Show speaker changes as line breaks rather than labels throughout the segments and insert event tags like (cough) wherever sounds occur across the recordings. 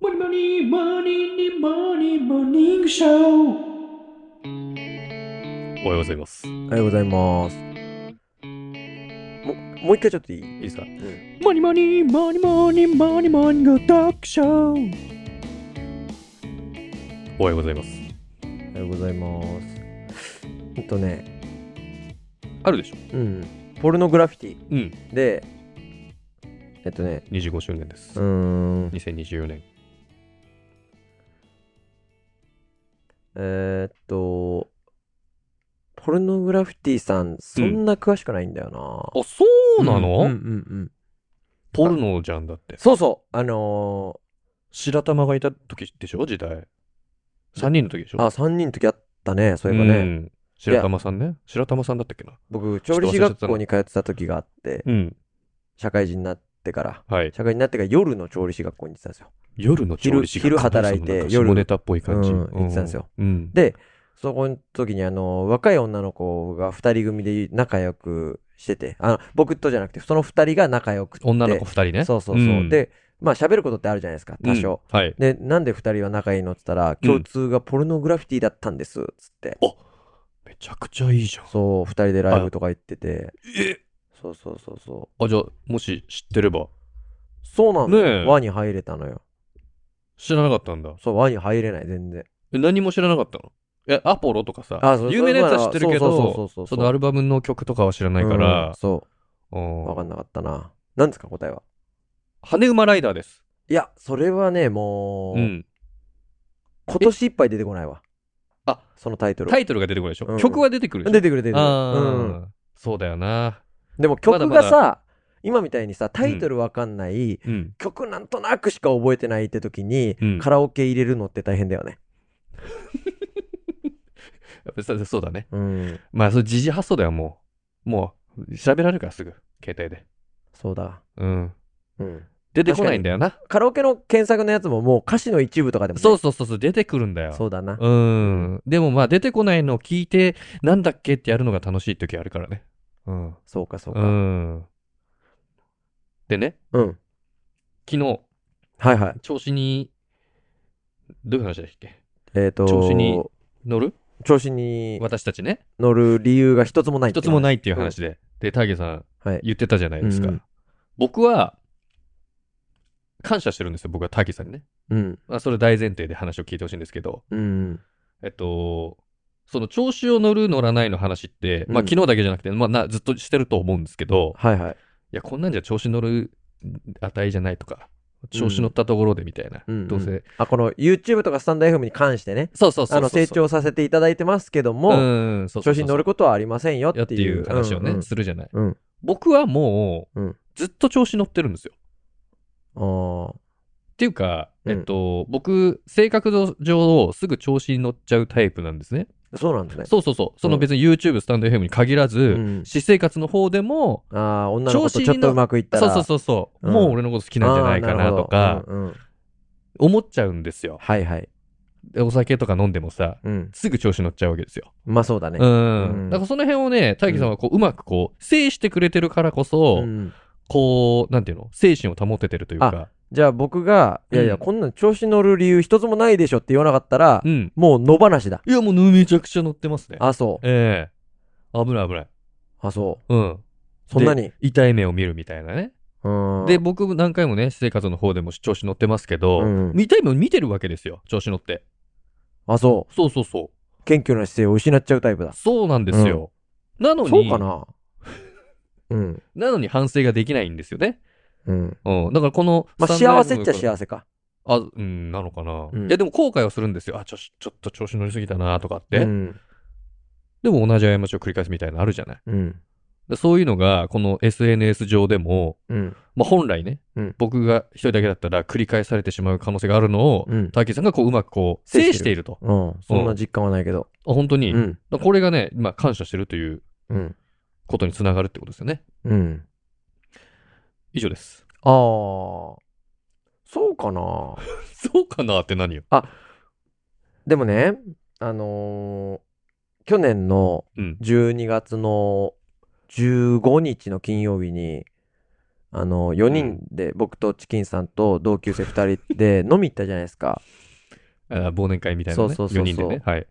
モニモニモニにモニモニングショー
おはようございます。い
おはようございます。も、もう一回ちょっといい
いですか
モニモニモニモニモニモニングトークショー
おはようございます。
おはようございます。うんとね、
あるでしょ
うん、ポルノグラフィティ
うん。
で、えっとね、
25周年です。
うーん、
2024年。
えーっと、ポルノグラフィティさん、そんな詳しくないんだよな。
あ、そうな
うんうん
の
うん。
ポルノじゃんだって。
そうそう、あの
白玉がいた時でしょ時代。3人の時でし
ー、
ょ
あ、3人の時あったね、そういえば
う
ね。
ん白玉さんね。白玉さんだったっけな
僕、調理師学校に通ってた時があって、
うん。
社会人になってから、
はい。
社会人になってから夜の調理師学校に行ってたんですよ。
夜の調理師が
昼昼働いて
なんか下
夜
ネタっぽい感じ。
うん言ってたんですよ。
うん。
で、そこの時にあの、若い女の子が二人組で仲良くしてて、あの、僕とじゃなくて、その二人が仲良くって。
女の子2人ね。
そうそうそう。
ん、
で、まあ喋ることってあるじゃないですか、多少。
うん。はい。
で、なんで二人は仲いいのって言ったら、
うん
共通がポルノグラフィティだったんです、つって。
めちゃくちゃいいじゃん。
そう、二人でライブとか行ってて。
え
そうそうそうそう。
あ、じゃあ、もし知ってれば。
そうなの、
ねえ
輪に入れたのよ。
知らなかったんだ。
そう、輪に入れない、全然。
え何も知らなかったのえ、アポロとかさ
あそ、う
有名なやつは知ってるけ
そうそうそうそ
ど、
う
そのアルバムの曲とかは知らないか
うん
ら、
そうう。
ん
わかんなかったな。なんですか、答えは。
羽馬ライダーです。
いや、それはね、もう、
うん。
今年いっぱい出てこないわ。
あ、
そのタイトル。
タイトルが出てくるでし
う
ょ
ん
曲は出てくるでしょ
出てくる出てくる。うん
あーそうだよな。
でも曲
まだ
が
ま
さ、今みたいにさ、タイトルわかんない、
うん。
曲なんとなくしか覚えてないって時に、
うん
カラオケ入れるのって大変だよね。
やっぱそうそうだね。
うん。
まあ、それ時事発想だよ、もう。もう、調べられるからすぐ、携帯で。
そうだ。
うん。
うん。
出てこないんだよな。
カラオケの検索のやつももう歌詞の一部とかでもね、
そうそうそうそう、出てくるんだよ。
そうだな。
うん。でもまあ、出てこないのを聞いて、なんだっけってやるのが楽しい時あるからね。うん。
そうかそ
う
うか。
ん。でね、
うん。
昨日、
はいはい。
調子に、どういう話だっけ
えっ、と、
調子に乗る
調子に
私たちね。
乗る理由が一つもないって
一つもないいっていう話で。で、ターゲさん
う。はい。
言ってたじゃないですか。
うん
僕は、感謝してるんですよ、僕はターゲさんにね。
うん。
まあ、それ大前提で話を聞いてほしいんですけど、
うん。
えっと、その調子を乗る乗らないの話って、まあ
うん
昨日だけじゃなくて、まあなずっとしてると思うんですけど、
はいはい。
いや、こんなんじゃ調子乗る値じゃないとか、調子乗ったところでみたいな、
うんうん
どうせ。
あ、この YouTube とかスタンド FM に関してね、
そうそうそうそうそう
あの成長させていただいてますけども、
うん、そうそうそう
調子に乗ることはありませんよ
やっ
ってて
い
いう
う話をね、
うんうん
するじゃない。
うん
僕はもう、
うん
ずっと調子乗ってるんですよ。
あ
っていうか、
うん
えっと、僕、性格上、すぐ調子に乗っちゃうタイプなんですね。
ーそうなんだね。
そうそうそう。その別に YouTube、スタンド FM に限らず、
ん
私生活の方でも、
ああ、女の子とちょっとうまくいった
そ
ら。
うそうそうそう、
うん
もう俺のこと好きなんじゃないかなと
あー
か
る、ほどうんうん
思っちゃうんですよ。
はいはい。
でお酒とか飲んでもさ、
うん。
すぐ調子乗っちゃうわけですよ。
まあそうだね
う。ん。
うん
だからその辺をね、大樹さんはこう、うまくこう、制してくれてるからこそ、
うん
こう、なんていうの精神を保ててるというか、
じゃあ僕が、いやい
うん
や、こんなん調子乗る理由一つもないでしょって言わなかったら
う、ん。
もう野放しだ。
いや、もうめちゃくちゃ乗ってますね。
あ、そう。
ええ危ない危ない。
あ、そう。
うん。
そんなに
で。痛い目を見るみたいなね。
うん
で、、僕も何回もね、私生活の方でも調子乗ってますけど、
うん
痛い目を見てるわけですよ、調子乗って。
あ、そ。
そうそうそう
謙虚な姿勢を失っちゃうタイプだ
う。。そうなんですよ。なのに
そうかなうん。
なのに反省ができないんですよね。
うん。
うん。だからこの、
まあ
スタンド
幸せっちゃ
FM
幸せか。
あ、うん、なのかな。
うん
いや、でも後悔はするんですよ。あ、ちょ、ちょっと調子乗りすぎたなとかって。
うん。
でも同じ過ちを繰り返すみたいなのあるじゃない。
うん。
でそういうのが、この SNS 上でも、
うん。
まあ、本来ね、
うん
僕が一人だけだったら繰り返されてしまう可能性があるのを、
うん
ターキーさんがこう、うまくこう、制
制
し
してて
いると。
うん。そんな実感はないけど。
あ本当に。
うん。
だからこれがね、今、感謝してるという
うん。
ことにつながるってことですよね。
うん。
以上
(laughs)
です。
ああ。そうかな。
そうかなって何よ。
でもね、あのー去年の
うん。
12月の15日の金曜日に、あの、4
う
人で僕とチキンさんと同級生2人で飲み行ったじゃないですか。
あ忘年会みたいな、ね。
そうそうそうそう
4人でね。はい。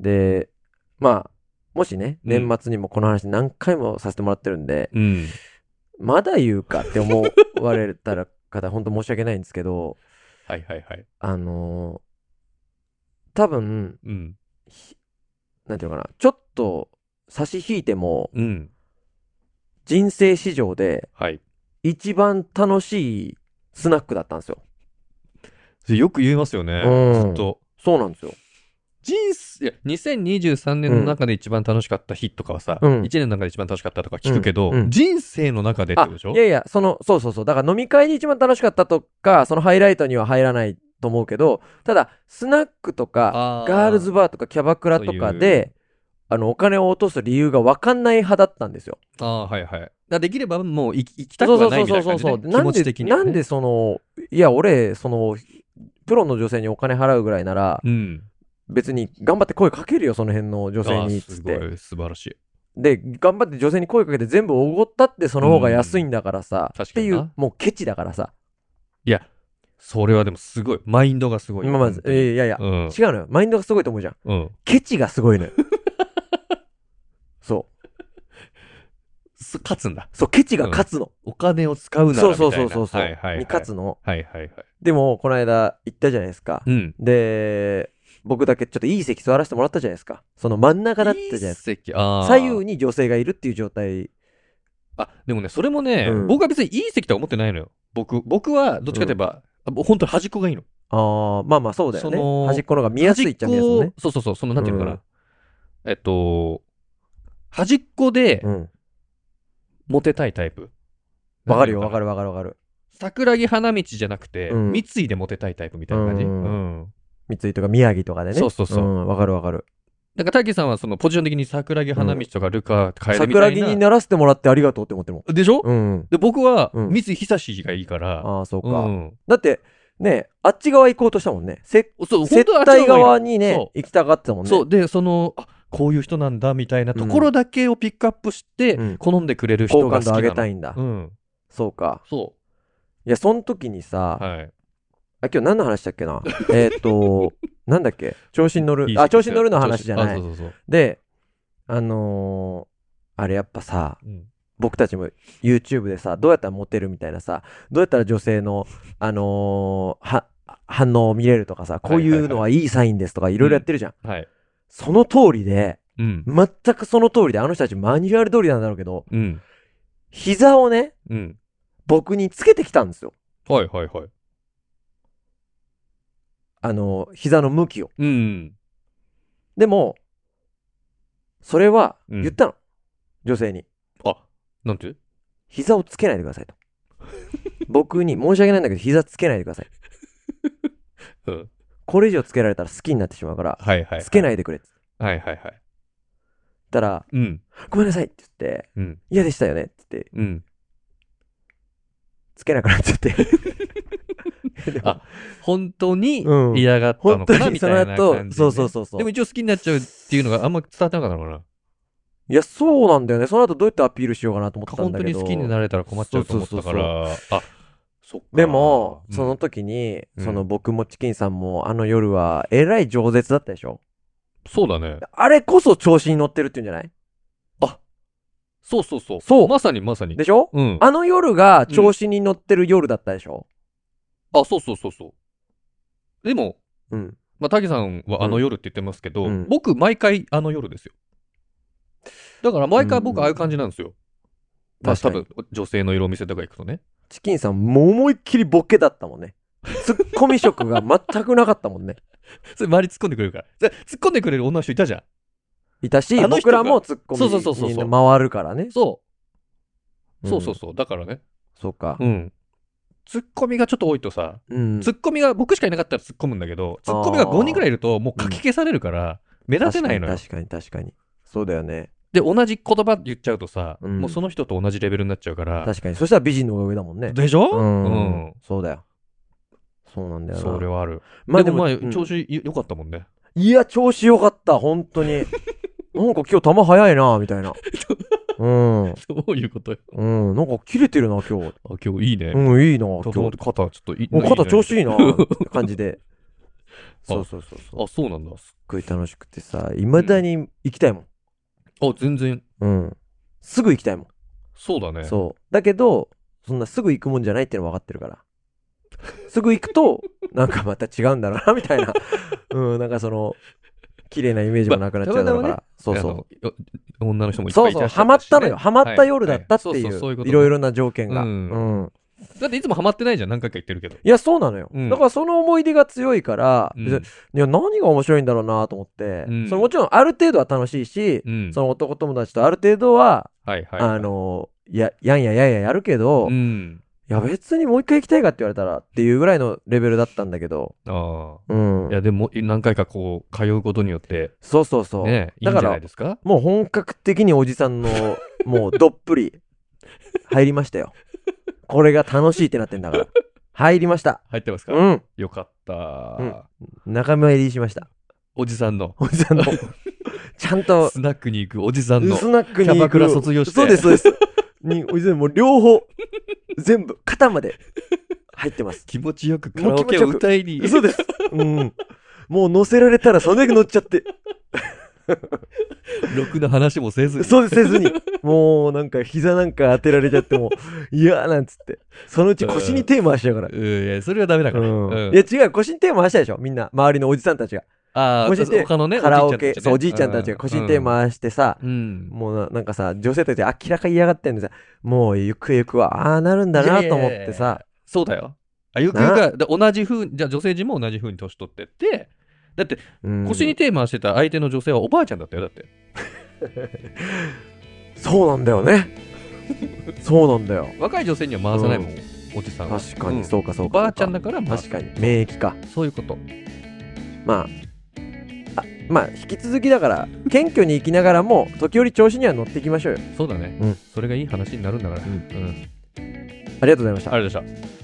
で、まあ、もしね、
うん
年末にもこの話何回もさせてもらってるんで、
うん。
まだ言うかって思われたら方、本当申し訳ないんですけど、 (laughs)
はいはいはい。
あのー多分、
うん。
ひなんていうのかな、ちょっと差し引いても、
うん。
人生史上で
はい。
一番楽しいスナックだったんですよ。
それよく言いますよね。
うん
ずっと。
そうなんですよ。
人生、いや、2023年の中で一番楽しかった日とかはさ、
うん
1年の中で一番楽しかったとか聞くけど、
うんうん
人生の中でって
あ
ことでしょ
いやいや、その、そうそうそう。だから飲み会で一番楽しかったとか、そのハイライトには入らないと思うけど、ただ、スナックとか、
あ
ガールズ
バ
バーとかキャバクラとか
そうい
で、あの、お金を落とす理由が分かんない派だったんですよ。
ー。ああー、はいはい。だからできればもう行き行きたく
そうそ
は
う
ないみたいな
そ
感
う
じ
そ
で、
う。
ね、
な
気
ん
持ち
で、
的には、ね。
なんでその、いや、俺、その、プロの女性にお金払うぐらいなら、
うん。
別に頑張って声かけるよ、その辺の女性
あー
に、つっ
す
て。
ごい、素晴らしい。
で、頑張って女性に声かけて全部おごったってその方が安いんだからさ、
うん
って
確
い
かに
う
な、
もうケチだからさ。
いや、それはでもすごい。マインドがすごい。
今まず、
本当に
えーいやいや、
うん。
違うのよ。マインドがすごいと思うじゃん。
うん。
ケチがすご
(laughs)
いのよ。そう。
す勝つんだ。
そう、ケチが勝つの。
お金を使うならみたい
そ
な。
うそうそうそうそう、
はいはい、はい。
に勝つの。
はいはいはい。
でも、この間行ったじゃないですか。
うん。
で、僕だけちょっといい席座らせてもらったじゃないですか。その真ん中だったじゃないですか。
いい席あー
左右に女性がいるっていう状態。
あ、でもね、それもね、
うん
僕は別にいい席とは思ってないのよ。僕、僕は、どっちかといえば、あ本当に端っこがいいの。
ああ、まあまあそうだよ
その
ね。端っこの方が見やすいっちゃ見やすいもんね。
そうそうそう、その、なんていうのかな。
うん
えっと、端っこで
うん。
モテたいタイプ。
わかるよ、わか
る。
るわかるわかる。
桜木花道じゃなくて、
うん
三井でモテたいタイプみたいな感じ。う。
うん三井とか宮城とかでね。
そうそうそうん
わかるわかる。
なんか、大輝さんはそのポジション的に桜木花道とかルカ楓みた
桜
い
木
な。
にならせてもらってありがとうって思ってるもん。
でしょ、
うん。
で、僕は、
うん
三井久志がいいから。
ああ、そうか。
うん。
だって、ね、あっち側行こうとしたもんね。せ
そう、
接
本当はあっちの方
待
がいい
側にね
そ、
行きたがってたもんね。
そう、で、その、あこういう人なんだみたいなところだけをピックアップして、
うん
好んでくれる人
好
が好
感
きな
度
の。
上げたいんだ。
うん。
そうか。
そ
いや、その時に
う。
さ、
はい。
あ、今日何の話だっけな (laughs) えーっと、なんだっけ調子に乗る
いい。席
あ、調子に乗るの話じゃな
あそ。
いう
そうそう。
で、あのーあれやっぱさ、
うん
僕たちも YouTube でさ、どうやったらモテるみたいなさ、どうやったら女性の、あのーは、反応を見れるとかさ、こういうのはいいサインですとかいろいろやってるじゃん。
はい。
その通りで、
うん。
全くその通りで、あの人たちマニュアル通りなんだろうけど、
うん。
膝をね、
うん。
僕につけてきたんですよ。
はいはいはい。
あの、膝の向きを。
うん。
でも、それは
うん
言ったの。女性に。
あ、なんて
膝をつけないでくだ
(laughs)
さいと。僕に、申し訳ないんだけど、膝つけないでください。
うん。
これ以上つけられたら好きになってしまうから、
はいはいはい。
つけ
い。
ないでくれって言
はいはいはい。
ったら、
うん。
ごめんなさいって言って、
うん。
嫌でしたよねって言って、
うん。
つけなくなっちゃ
(laughs)
って。でも
あ本当に
うん
嫌がったの
本当
かな
に
み
そ
たい
の
な感じ
後、
ね
そうそうそうそう。
でも一応好きになっちゃうっていうのがあんま伝わってなかったのかな。
いや、そうなんだよね。その後どうやってアピールしようかなと思ったん
本
だ
当
けど。
に好きになれたら困っちゃうと思ったから。あ、そっか。
でも、
うん
その時に、
うん
その僕もチキンさんもあの夜は、えらい饒舌だったでしょ
そうだね。
あれこそ調子に乗ってるっていうんじゃない
そうそうそう。
そう
まさにまさに。
でしょ
うん。あ、
あの夜が調子に乗ってる夜だったでしょ
そうそうそうそう。でも、
うん。
まあ、タさんはあの夜って言ってますけど、
うん
僕、毎回あの夜ですよ。だから、毎回僕、
うん
ああいう感じなんですよ。まあ、
確か
多
に
分、女性の色見せとか行くとね。
チキンさんもう思いっきりボケだったもんね。ツッコミ色
(laughs)
が全くなかったもんね。
それ、周り突っ込んでくれるから。それ突っ込んでくれる女の人いたじゃ
いたし、
あの人
僕
が
らもツッコミ
そうそうそうそう
に回るからね
ん。。そ
うん
う。そうそうそう。だからね。
そうか
う。ん。突っ込みがちょっと多いとさ、
うん。
突っ込みが僕しかいなかったら突っ込むんだけど、突っ込みが5人くらいいると、もうかき消されるから、目立てないのよ。
確かに確かに確かに。そうだよね。
で、同じ言葉言っちゃうとさ、
うん
もうその人と同じレベルになっちゃうから。
確かに。そしたら美人の方が上だもんね。
でしょ
うん
うん。
そうだよ。そうなんだよな。
それはある。
まあ
で
で
も、
も、
まあ、
うん
調子良かったもんね。 (laughs) (laughs)
いや、調子良かった、本当に。なんか今日球早いな、みたいな。うん。
そういうことよ。
うん。なんか切れてるな、今日。
あ、今日いいね。
うん、いいな、今
ちょっ
日。
と
も
待って肩、ちょっといい。
う肩調
子。
子い
(laughs)
いな、って感じで。そうそうそうそう。
あ、そうなんだ。
すっごい楽しくてさ、いまだに行きたいもん。
あ、全然、
うん。すぐ行きたいもん。
そうだね。
そう。だけど、そんなすぐ行くもんじゃないっての分かってるから。すぐ行くと、なんかまた違うんだろうな、みたいな。 (laughs) うん、なんかその、綺麗なイメージもなくなっちゃうだろうから。
ま
そう
あ
そ
のよ女の人も
う。
いっぱ
そ
いうい
そう、
らっしゃ
ハマったのよ。
しね
ハマった夜だったって
はい
い
はそうそうそういうこ
う、
と
いろいろな条件が。
う
うんん。
だっていつもハマってないじゃん。何回か言ってるけど。
いや、そうなのよ
うん。
だからその思い出が強いから、
うん
別にいや、何が面白いんだろうなと思って
うん、
そのもちろんある程度は楽しいし
う、ん。
その男友達とある程度は、
はいはい。
あ、の、や、やんややんややるけど
う、ん。
いや別にもう一回行きたいかって言われたらっていうぐらいのレベルだったんだけど、
ああ。
うん
い、や、でも、何回かこう、通うことによって、
そうそうそう、
ね、いい
だ
んじゃ
から
ないですか
もう本格的におじさんのもうどっぷり入りましたよ
(laughs)
これが楽しいってなってんだから入りました
入ってますか、
うん
よかった、
うん仲間入りしました
おじさんの。
おじ
(laughs)
さんのちゃんと
スナックに行くおじさんの。
スナックに行く
キャバクラ卒業して
そうですそうですにおじさんもう両方全部肩まで入ってます
気持ちよくカラオケを歌いに。
そうですうんもう乗せられたらそれだけ乗っちゃって
ろくな話もせずに。
そうです、せずに。もうなんか膝なんか当てられちゃっても、いやーなんつって。そのうち腰に手回しちゃうから。
うんいや、それはダメだから。
う、
うん
いや違う、腰に手回したでしょ、みんな。周りのおじさんたちが。
あ
腰に手
あ、他のね、
カラオケ、そう、お
おじ
じ
い
い
ち
ち
ゃ
ゃ
ん
ん
た
た
ち
ち
ね
が腰に手回してさ、
うん。
もうななんかさ、女性たち明らかに嫌がってんでさ、もうゆくゆくは、ああなるんだなと思ってさ、
そうだよ。あ、ゆくゆくは、で同じ風に、じゃあ女性陣も同じ風に年取ってって、だって
うん
腰に手回してた相手の女性はおばあちゃんだったよ、だって。
そうなんだよね。そうなんだよ。
若い女性には回さないもん、おじさんは。
確か
う
に、
ん
そうかそう
お
か。
ばあちゃんだから、まあ、
確かに、免疫か。
そういうこと。
まあ、あまあ、引き続きだから、謙虚に生きながらも、時折調子には乗っていきましょうよ。
そうだね、
うん
それがいい話になるんだから。うん。あり
ありがとうございました。
がとうございました。